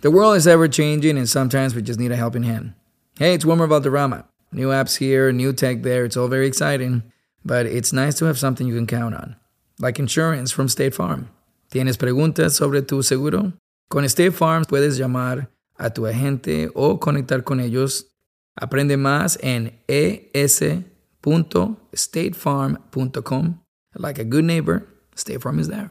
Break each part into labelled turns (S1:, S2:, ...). S1: The world is ever changing, and sometimes we just need a helping hand. Hey, it's Wilmer Valderrama. New apps here, new tech there, it's all very exciting, but it's nice to have something you can count on, like insurance from State Farm. ¿Tienes preguntas sobre tu seguro? Con State Farm puedes llamar a tu agente o conectar con ellos. Aprende más en es.statefarm.com. Like a good neighbor, State Farm is there.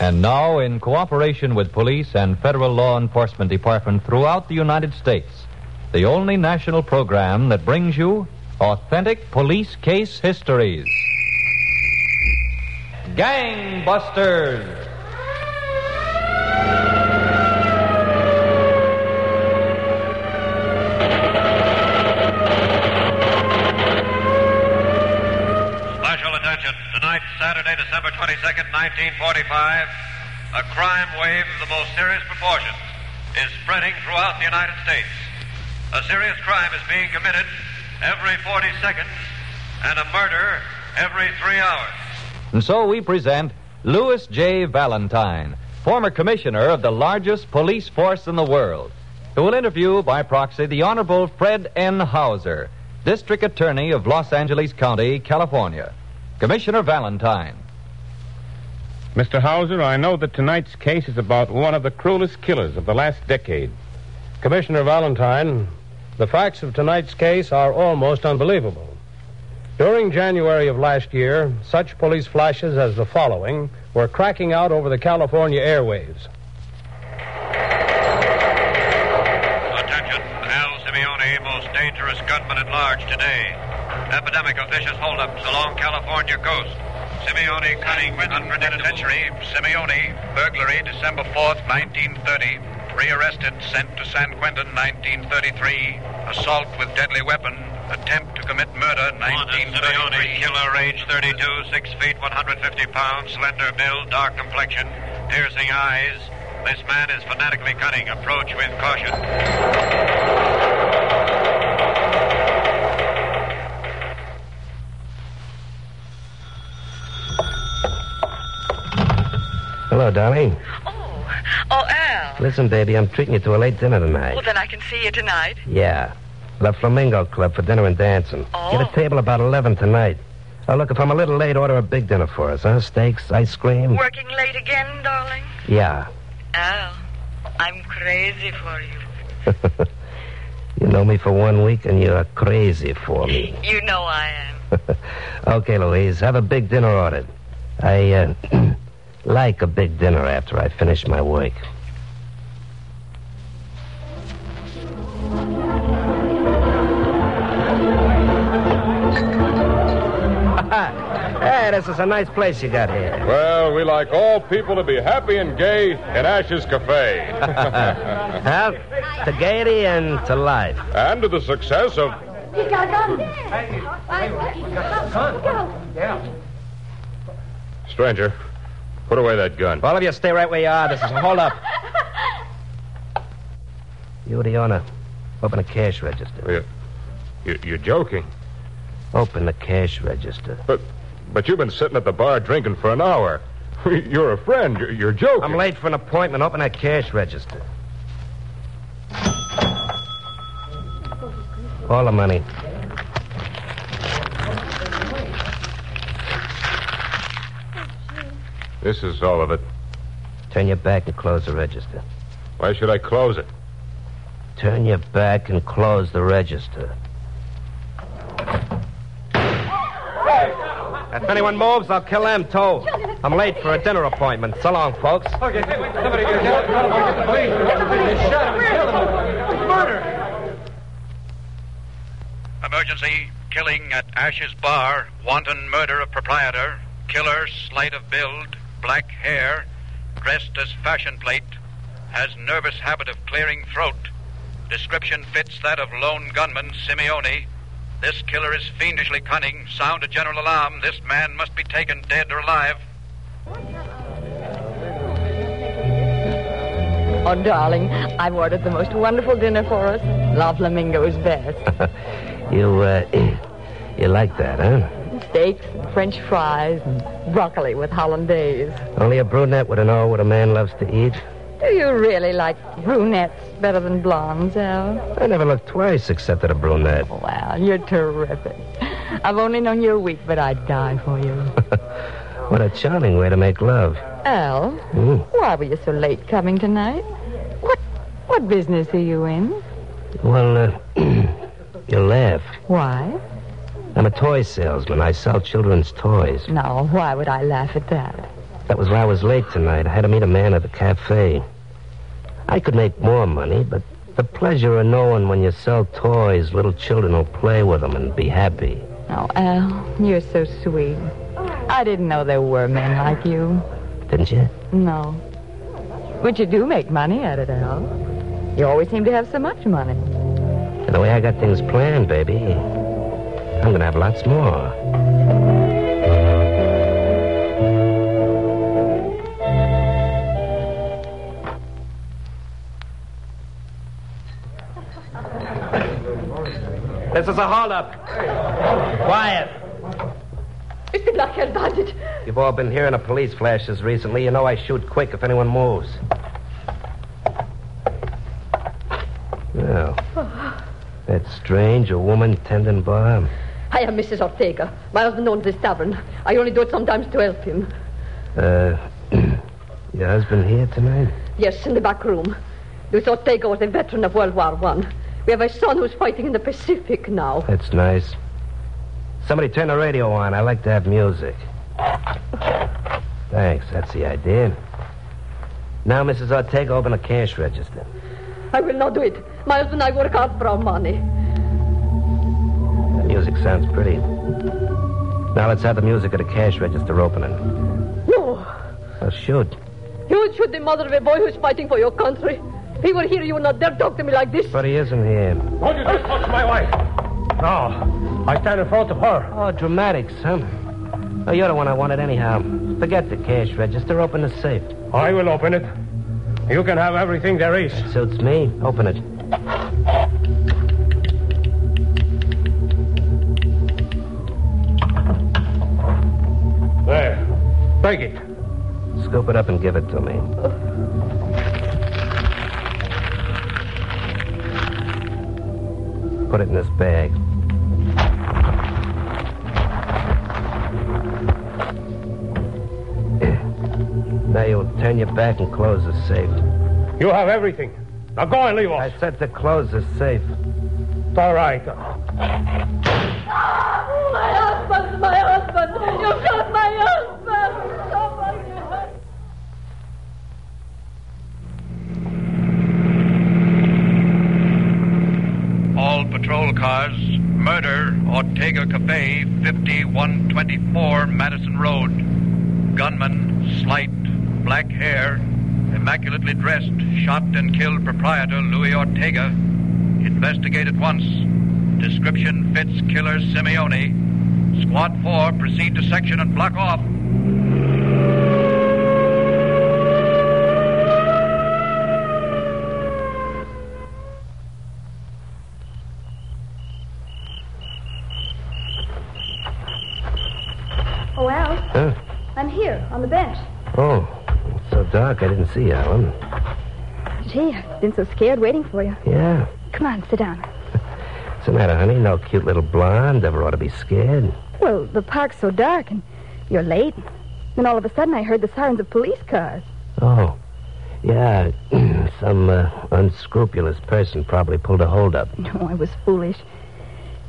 S2: And now, in cooperation with police and federal law enforcement department throughout the United States, the only national program that brings you authentic police case histories. Gangbusters!
S3: Special attention. Tonight, Saturday, December 22nd, 1945, a crime wave of the most serious proportions is spreading throughout the United States. A serious crime is being committed every 40 seconds and a murder every three hours.
S2: And so we present Louis J. Valentine, former commissioner of the largest police force in the world, who will interview by proxy the Honorable Fred N. Hauser, district attorney of Los Angeles County, California. Commissioner Valentine.
S4: Mr. Hauser, I know that tonight's case is about one of the cruelest killers of the last decade.
S5: Commissioner Valentine, the facts of tonight's case are almost unbelievable. During January of last year, such police flashes as the following were cracking out over the California airwaves.
S3: Attention, Al Simeone, most dangerous gunman at large today. Epidemic of vicious holdups along California coast. Simeone cunning, unpredictable. Simeone, burglary, December 4th, 1930. Rearrested, sent to San Quentin, 1933. Assault with deadly weapon. Attempt to commit murder, 1933. Killer, age 32, 6 feet, 150 pounds, slender build, dark complexion, piercing eyes. This man is fanatically cunning. Approach with caution.
S6: Hello, darling.
S7: Oh, Al.
S6: Listen, baby, I'm treating you to a late dinner tonight.
S7: Well, then I can see you tonight.
S6: Yeah. La Flamingo Club for dinner and dancing.
S7: Oh.
S6: Get a table about 11 tonight. Oh, look, if I'm a little late, order a big dinner for us, huh? Steaks, ice cream.
S7: Working late again, darling?
S6: Yeah.
S7: Al, I'm crazy for you.
S6: You know me for one week, and you're crazy for me.
S7: You know I am.
S6: okay, Louise, have a big dinner ordered. I, uh, like a big dinner after I finish my work. hey, this is a nice place you got here.
S4: Well, we like all people to be happy and gay at Ash's Cafe.
S6: Well, to gaiety and to life.
S4: and to the success of. Stranger, put away that gun.
S6: All of you stay right where you are. This is a hold up. You, the owner, open the cash register.
S4: You, you, you're joking.
S6: Open the cash register.
S4: But, but you've been sitting at the bar drinking for an hour. You're a friend. You're, you're joking.
S6: I'm late for an appointment. Open that cash register. All the money.
S4: This is all of it.
S6: Turn your back and close the register.
S4: Why should I close it?
S6: Turn your back and close the register. If anyone moves, I'll kill them, too. I'm late for a dinner appointment. So long, folks.
S3: Emergency killing at Ash's Bar, wanton murder of proprietor, killer slight of build, black hair, dressed as fashion plate, has nervous habit of clearing throat. Description fits that of lone gunman Simeone. This killer is fiendishly cunning. Sound a general alarm. This man must be taken dead or alive.
S7: Oh, darling, I've ordered the most wonderful dinner for us. La Flamingo's best.
S6: You, uh, you like that, huh?
S7: Steaks, and French fries, and broccoli with hollandaise.
S6: Only a brunette would know what a man loves to eat.
S7: Do you really like brunettes better than blondes, Al?
S6: I never looked twice except at a brunette.
S7: Wow, you're terrific. I've only known you a week, but I'd die for you.
S6: What a charming way to make love.
S7: Al,
S6: Mm.
S7: why were you so late coming tonight? What what business are you in?
S6: Well, uh, you'll laugh.
S7: Why?
S6: I'm a toy salesman. I sell children's toys.
S7: Now, why would I laugh at that?
S6: That was why I was late tonight. I had to meet a man at the cafe. I could make more money, but the pleasure of knowing when you sell toys, little children will play with them and be happy.
S7: Oh, Al, you're so sweet. I didn't know there were men like you.
S6: Didn't you?
S7: No. But you do make money at it, Al. You always seem to have so much money.
S6: And the way I got things planned, baby, I'm going to have lots more.
S8: This is a holdup. Quiet.
S7: It's the blockhead bandit.
S6: You've all been hearing of police flashes recently. You know I shoot quick if anyone moves. Well, that's strange. A woman tending bar.
S9: I am Mrs. Ortega. My husband owns this tavern. I only do it sometimes to help him.
S6: Uh, your husband here tonight?
S9: Yes, in the back room. Luis Ortega was a veteran of World War One. We have a son who's fighting in the Pacific now.
S6: That's nice. Somebody turn the radio on. I like to have music. Thanks. That's the idea. Now, Mrs. Ortega, open a cash register.
S9: I will not do it. My husband and I work hard for our money.
S6: The music sounds pretty. Now let's have the music of the cash register opening.
S9: No,
S6: Well, shoot.
S9: you would shoot the mother of a boy who's fighting for your country. If he were here, you would not dare talk to me like this.
S6: But he isn't here.
S5: Won't you just talk to my wife? No. I stand in front of her.
S6: Oh, dramatic, son. Oh, you're the one I wanted anyhow. Forget the cash register. Open the safe.
S5: I will open it. You can have everything there is.
S6: Suits me. Open it.
S5: There. Take it.
S6: Scoop it up and give it to me. Put it in this bag. Now you'll turn your back and close the safe.
S5: You have everything. Now go and leave us.
S6: I said to close the safe.
S5: It's all right.
S9: My husband, my husband! You've got my husband!
S3: All patrol cars. Murder. Ortega Cafe, 5124 Madison Road. Gunman, slight, black hair, immaculately dressed, shot and killed proprietor Louis Ortega. Investigate at once. Description fits killer Simeone. Squad 4, proceed to section and block off.
S10: Oh, Al,
S6: Huh?
S10: I'm here on the bench.
S6: Oh, it's so dark I didn't see you, Alan.
S10: Gee, I've been so scared waiting for you.
S6: Yeah.
S10: Come on, sit down.
S6: What's the matter, honey? No cute little blonde. Ever ought to be scared.
S10: Well, the park's so dark and you're late. Then all of a sudden I heard the sirens of police cars.
S6: Oh. Yeah, some uh, unscrupulous person probably pulled a holdup.
S10: No, I was foolish.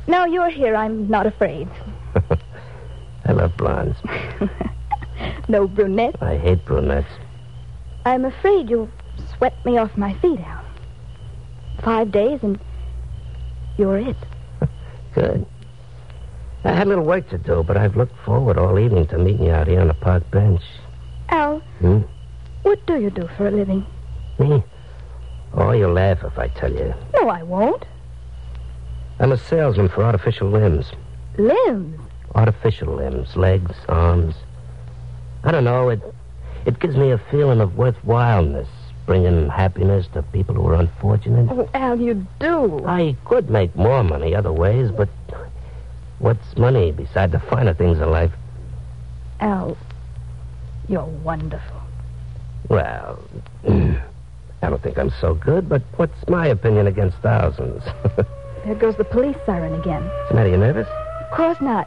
S10: Now you're here, I'm not afraid.
S6: I love blondes.
S10: No brunette.
S6: I hate brunettes.
S10: I'm afraid you'll sweat me off my feet, Al. Five days and you're it.
S6: Good. I had a little work to do, but I've looked forward all evening to meeting you out here on the park bench.
S10: Al,
S6: Hmm?
S10: what do you do for a living?
S6: Me? Oh, you'll laugh if I tell you.
S10: No, I won't.
S6: I'm a salesman for artificial limbs.
S10: Limbs.
S6: Artificial limbs, legs, arms. I don't know, it, it gives me a feeling of worthwhileness, bringing happiness to people who are unfortunate.
S10: Oh, Al, you do.
S6: I could make more money other ways, but what's money beside the finer things in life?
S10: Al, you're wonderful.
S6: Well, I don't think I'm so good, but what's my opinion against thousands? What's
S10: There goes the police siren again.
S6: the matter, you nervous?
S10: Of course not.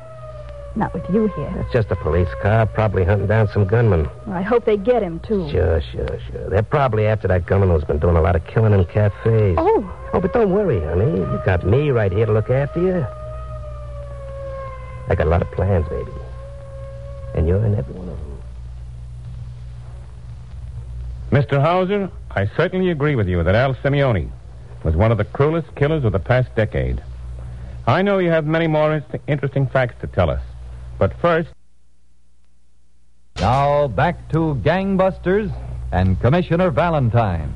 S10: Not with you here.
S6: It's just a police car, probably hunting down some gunman.
S10: Well, I hope they get him, too.
S6: Sure, sure, sure. They're probably after that gunman who's been doing a lot of killing in cafes.
S10: Oh,
S6: Oh, but don't worry, honey. You got me right here to look after you. I got a lot of plans, baby. And you're in every one of them.
S4: Mr. Hauser, I certainly agree with you that Al Simeone was one of the cruelest killers of the past decade. I know you have many more inst- interesting facts to tell us, but first,
S2: Now back to Gangbusters and Commissioner Valentine.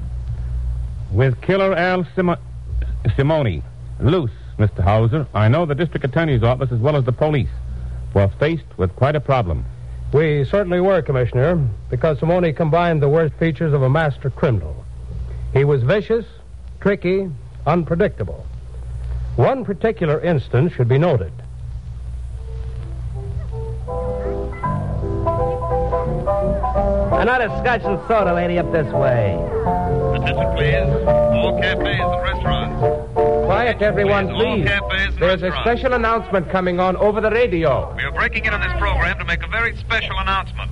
S4: with killer Al Simo- Simone loose, Mr. Hauser, I know the district attorney's office as well as the police were faced with quite a problem.
S5: We certainly were, Commissioner, because Simone combined the worst features of a master criminal. He was vicious, tricky, unpredictable. One particular instance should be noted.
S6: Another scotch and soda, lady, up this way.
S3: Attention, please. All cafes and restaurants.
S5: Quiet, everyone,
S3: Please, all
S5: please.
S3: cafes and
S5: There's a
S3: restaurants.
S5: special announcement coming on over the radio.
S3: We are breaking in on this program to make a very special announcement.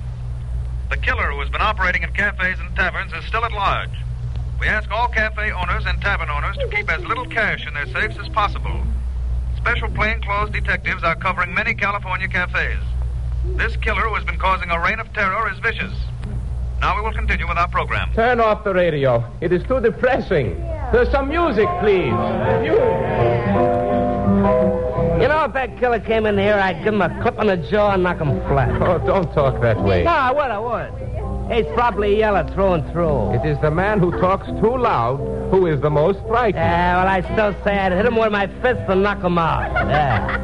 S3: The killer who has been operating in cafes and taverns is still at large. We ask all cafe owners and tavern owners to keep as little cash in their safes as possible. Special plainclothes detectives are covering many California cafes. This killer who has been causing a reign of terror is vicious. Now we will continue with our program.
S5: Turn off the radio. It is too depressing. There's some music, please.
S6: You know, if that killer came in here, I'd give him a clip on the jaw and knock him flat.
S5: Oh, don't talk that way.
S6: No, Ah, I would, I would. He's probably yellow through and through.
S5: It is the man who talks too loud who is the most frightening.
S6: Yeah, Ah, well, I still say I'd hit him with my fist and knock him out. Yeah.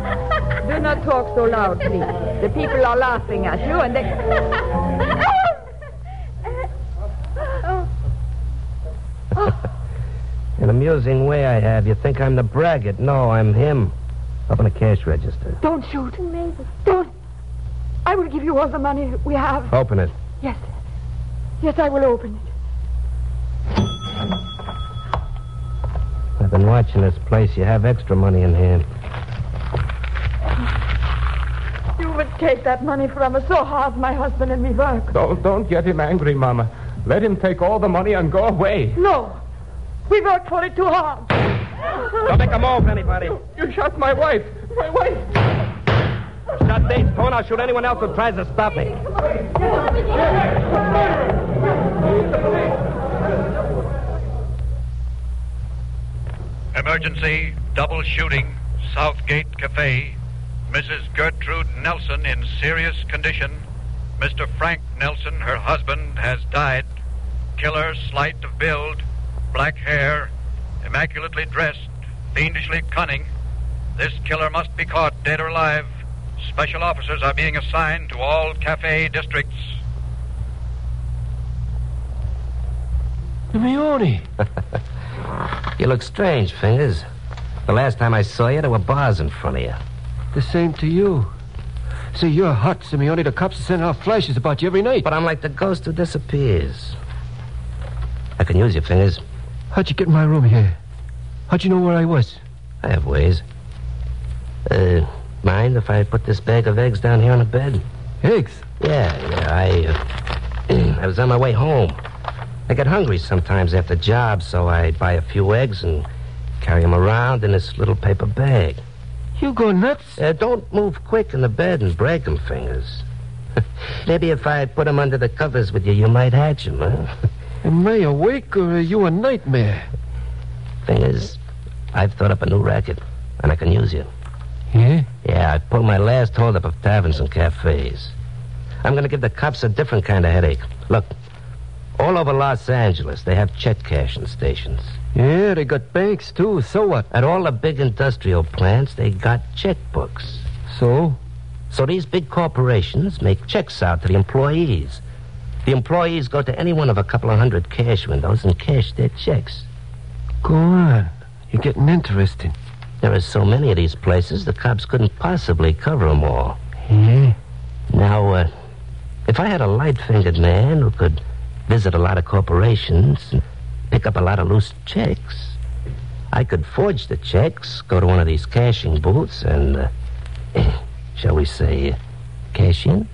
S7: Do not talk so loud, please. The people are laughing at you, and they.
S6: An amusing way I have. You think I'm the braggart. No, I'm him. Up in the cash register.
S9: Don't shoot. Don't. I will give you all the money we have.
S6: Open it.
S9: Yes. Yes, I will open it.
S6: I've been watching this place. You have extra money in hand.
S9: You would take that money from us so hard, my husband and me work.
S5: Don't, don't get him angry, Mama. Let him take all the money and go away.
S9: No. We work for it too hard.
S6: Don't make a move, anybody.
S5: You shot my wife. My wife.
S6: Shot Dave's phone. I'll shoot anyone else who tries to stop me.
S3: Emergency, double shooting, Southgate Cafe. Mrs. Gertrude Nelson in serious condition. Mr. Frank Nelson, her husband, has died. Killer, slight of build, black hair, immaculately dressed, fiendishly cunning. This killer must be caught dead or alive. Special officers are being assigned to all cafe districts.
S6: Leone. you look strange, Fingers. The last time I saw you, there were bars in front of you.
S11: The same to you. See, you're hot, Simeone. The cops are sending out flashes about you every night.
S6: But I'm like the ghost who disappears. I can use your fingers.
S11: How'd you get in my room here? How'd you know where I was?
S6: I have ways. Uh, mind if I put this bag of eggs down here on the bed?
S11: Eggs?
S6: Yeah, yeah. I, uh, I was on my way home. I get hungry sometimes after jobs, so I buy a few eggs and carry them around in this little paper bag.
S11: You go nuts?
S6: Uh, don't move quick in the bed and break them, fingers. Maybe if I put them under the covers with you, you might hatch them, huh?
S11: Am I awake
S2: uh,
S11: or are you a nightmare?
S6: Fingers, I've thought up a new racket, and I can use you.
S11: Yeah?
S6: Yeah, I pulled my last holdup of taverns and cafes. I'm going to give the cops a different kind of headache. Look, All over Los Angeles, they have check cashing stations.
S2: Yeah, they got banks, too. So what?
S6: At all the big industrial plants, they got checkbooks.
S2: So?
S6: So these big corporations make checks out to the employees. The employees go to any one of a couple of hundred cash windows and cash their checks.
S2: Go on. You're getting interesting.
S6: There are so many of these places, the cops couldn't possibly cover them all.
S2: Yeah?
S6: Now, uh, if I had a light fingered man who could visit a lot of corporations and pick up a lot of loose checks, I could forge the checks, go to one of these cashing booths, and, uh, shall we say, uh, cash in.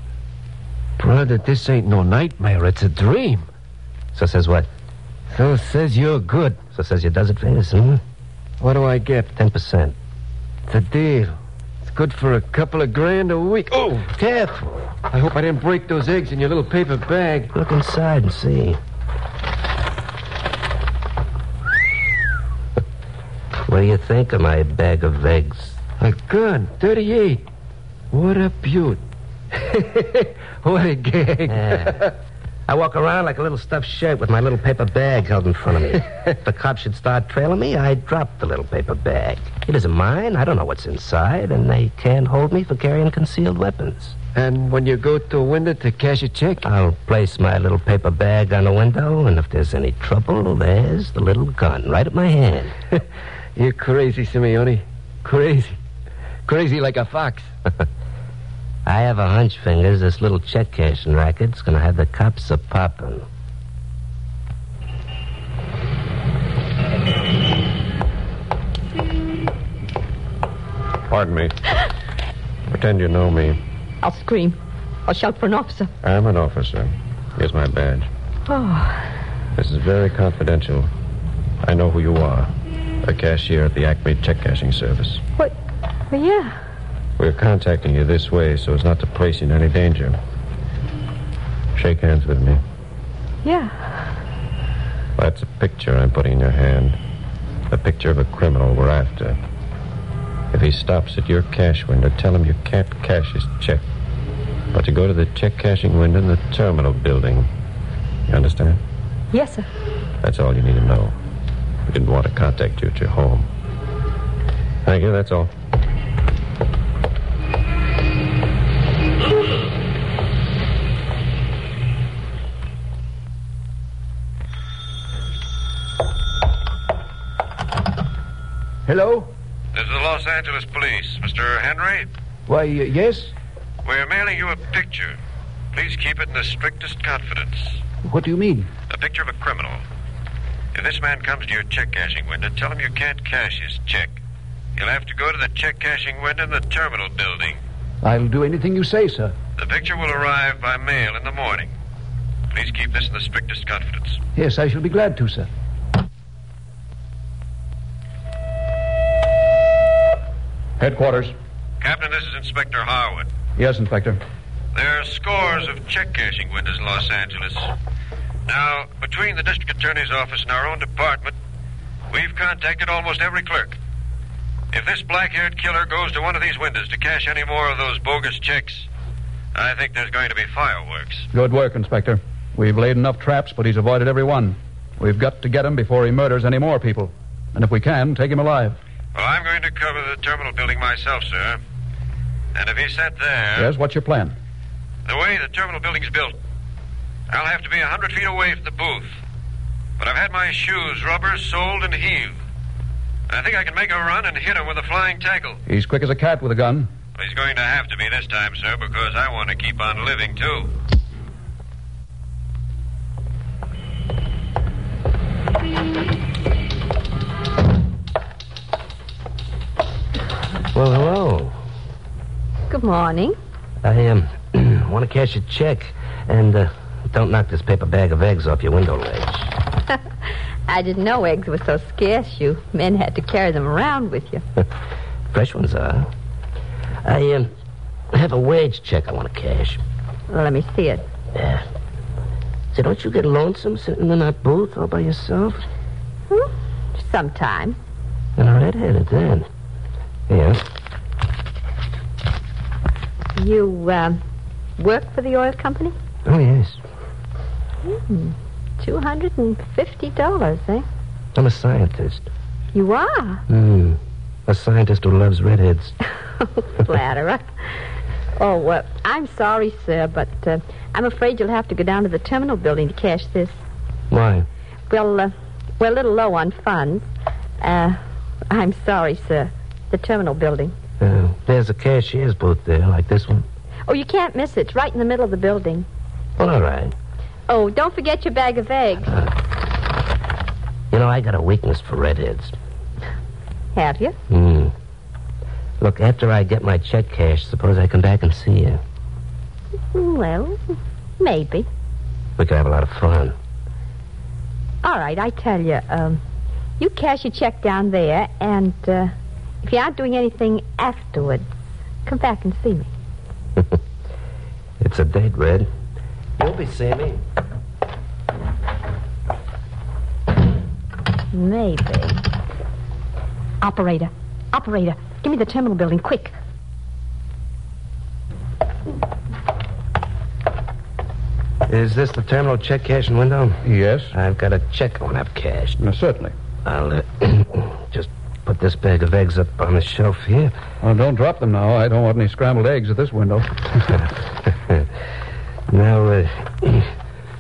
S2: Brother, this ain't no nightmare. It's a dream.
S6: So says what?
S2: So says you're good.
S6: So says you does it, Venus, hmm?
S2: What do I get?
S6: 10%.
S2: It's a deal. It's good for a couple of grand a week. Oh,
S6: Careful.
S2: I hope I didn't break those eggs in your little paper bag.
S6: Look inside and see. what do you think of my bag of eggs?
S2: A gun, 38. What a beaut. what a gag.
S6: Yeah. I walk around like a little stuffed shirt with my little paper bag held in front of me. if the cops should start trailing me, I drop the little paper bag. It isn't mine. I don't know what's inside, and they can't hold me for carrying concealed weapons.
S2: And when you go to a window to cash a check,
S6: I'll place my little paper bag on the window, and if there's any trouble, there's the little gun right at my hand.
S2: You're crazy, Simeone. Crazy. Crazy like a fox.
S6: I have a hunch, Fingers, this little check cashing racket's gonna have the cops a poppin'.
S4: Pardon me. Pretend you know me.
S7: I'll scream. I'll shout for an officer.
S4: I'm an officer. Here's my badge.
S7: Oh,
S4: This is very confidential. I know who you are. A cashier at the Acme Check Cashing Service.
S7: what? Well, yeah.
S4: We're contacting you this way so as not to place you in any danger. Shake hands with me.
S7: Yeah.
S4: That's a picture I'm putting in your hand. A picture of a criminal we're after. If he stops at your cash window, tell him you can't cash his check. But to go to the check cashing window in the terminal building. You understand?
S7: Yes, sir.
S4: That's all you need to know. We didn't want to contact you at your home. Thank you, that's all.
S12: Hello?
S3: This is the Los Angeles Police. Mr. Henry,
S12: Why, uh, yes?
S3: we're mailing you a picture. Please keep it in the strictest confidence.
S12: What do you mean?
S3: A picture of a criminal. If this man comes to your check cashing window, tell him you can't cash his check. He'll have to go to the check cashing window in the terminal building.
S12: I'll do anything you say, sir.
S3: The picture will arrive by mail in the morning. Please keep this in the strictest confidence.
S12: Yes, I shall be glad to, sir.
S13: Headquarters.
S3: Captain, this is Inspector Harwood.
S13: Yes, Inspector.
S3: There are scores of check cashing windows in Los Angeles. Now, between the district attorney's office and our own department, we've contacted almost every clerk. If this black haired killer goes to one of these windows to cash any more of those bogus checks, I think there's going to be fireworks.
S13: Good work, Inspector. We've laid enough traps, but he's avoided every one. We've got to get him before he murders any more people. And if we can, take him alive.
S3: Well, I'm going to cover the terminal building myself, sir. And if he's sent there,
S13: Yes, what's your plan?
S3: the way the terminal building's built, I'll have to be a hundred feet away from the booth. But I've had my shoes rubber soled and heaved. I think I can make a run and hit him with a flying tackle.
S13: He's quick as a cat with a gun.
S3: Well, he's going to have to be this time, sir, because I want to keep on living, too.
S6: Well, hello.
S7: Good morning.
S6: I, um, want to cash a check, and, uh, don't knock this paper bag of eggs off your window ledge.
S7: I didn't know eggs were so scarce. You men had to carry them around with you.
S6: Fresh ones are. I, um, have a wage check I want to cash.
S7: Let me see it.
S6: Yeah. Say, don't you get lonesome sitting in that booth all by yourself?
S7: Sometime.
S6: And a redheaded then. Yeah.
S7: uh, You um, work for the oil company?
S6: Oh, yes.
S7: Hmm. $250, eh?
S6: I'm a scientist.
S7: You are?
S6: Hmm. A scientist who loves redheads.
S7: Flatterer. Oh, uh, I'm sorry, sir, but uh, I'm afraid you'll have to go down to the terminal building to cash this.
S6: Why?
S7: Well, uh, we're a little low on funds. Uh, I'm sorry, sir. The terminal building.
S6: Uh, there's a cashier's booth there, like this one.
S7: Oh, you can't miss it. It's right in the middle of the building.
S6: Well, all right.
S7: Oh, don't forget your bag of eggs.
S6: You know, I got a weakness for redheads.
S7: Have you?
S6: Hmm. Look, after I get my check cash, suppose I come back and see you.
S7: Well, maybe.
S6: We could have a lot of fun.
S7: All right, I tell you, um, you cash your check down there, and uh, if you aren't doing anything afterwards, come back and see me.
S6: It's a date, Red. You'll be seeing me.
S7: Maybe. Operator, operator, give me the terminal building, quick.
S6: Is this the terminal check cashing window?
S14: Yes.
S6: I've got a check I want to have cashed.
S14: certainly.
S6: I'll uh, just put this bag of eggs up on the shelf here.
S14: Well, don't drop them now. I don't want any scrambled eggs at this window.
S6: Now, uh,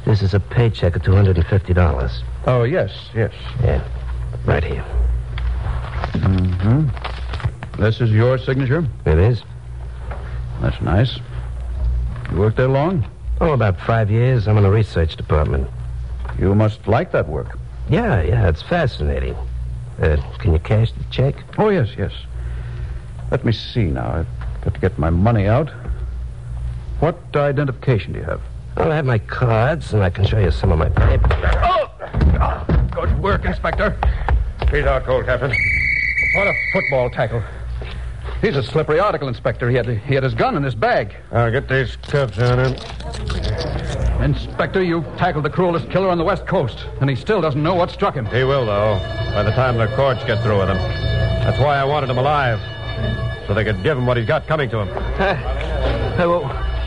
S6: this is a paycheck of $250.
S14: oh, yes, yes.
S6: Yeah, right here.
S14: Mm-hmm. This is your signature?
S6: It is.
S14: That's nice. You worked there long?
S6: Oh, about five years. I'm in the research department.
S14: You must like that work.
S6: Yeah, yeah, it's fascinating. Uh, can you cash the check?
S14: Oh, yes, yes. Let me see now. I've got to get my money out. What identification do you have?
S6: Well, I have my cards, and I can show you some of my papers.
S15: Good work, Inspector. He's out cold, Captain.
S14: What a football tackle. He's a slippery article, Inspector. He had, he had his gun in his bag.
S3: I'll get these cuffs on him.
S14: Inspector, you've tackled the cruelest killer on the West Coast, and he still doesn't know what struck him.
S3: He will, though, by the time the courts get through with him. That's why I wanted him alive, so they could give him what he's got coming to him.
S6: Uh,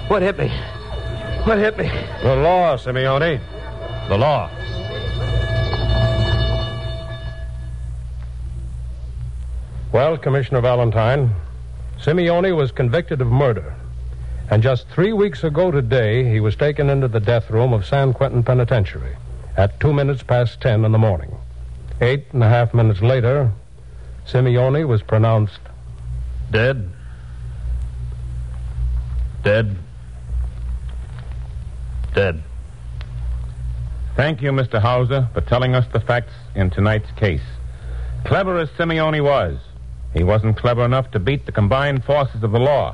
S6: what hit me? What hit me?
S3: The law, Simeone. The law. Well, Commissioner Valentine, Simeone was convicted of murder. And just three weeks ago today, he was taken into the death room of San Quentin Penitentiary at two minutes past ten in the morning. Eight and a half minutes later, Simeone was pronounced
S14: Dead. Dead.
S15: Dead. Thank you, Mr. Hauser, for telling us the facts in tonight's case. Clever as Simeone was, he wasn't clever enough to beat the combined forces of the law.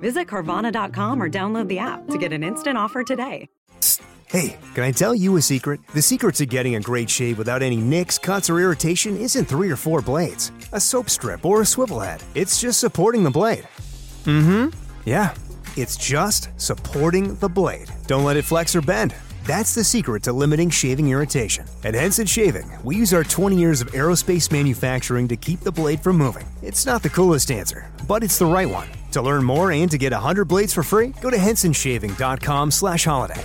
S16: Visit Carvana.com or download the app to get an instant offer today.
S2: Hey, can I tell you a secret? The secret to getting a great shave without any nicks, cuts, or irritation isn't three or four blades, a soap strip, or a swivel head. It's just supporting the blade. Mm hmm. Yeah, it's just supporting the blade. Don't let it flex or bend. That's the secret to limiting shaving irritation. At Henson Shaving, we use our 20 years of aerospace manufacturing to keep the blade from moving. It's not the coolest answer, but it's the right one. To learn more and to get 100 blades for free, go to hensonshaving.com slash holiday.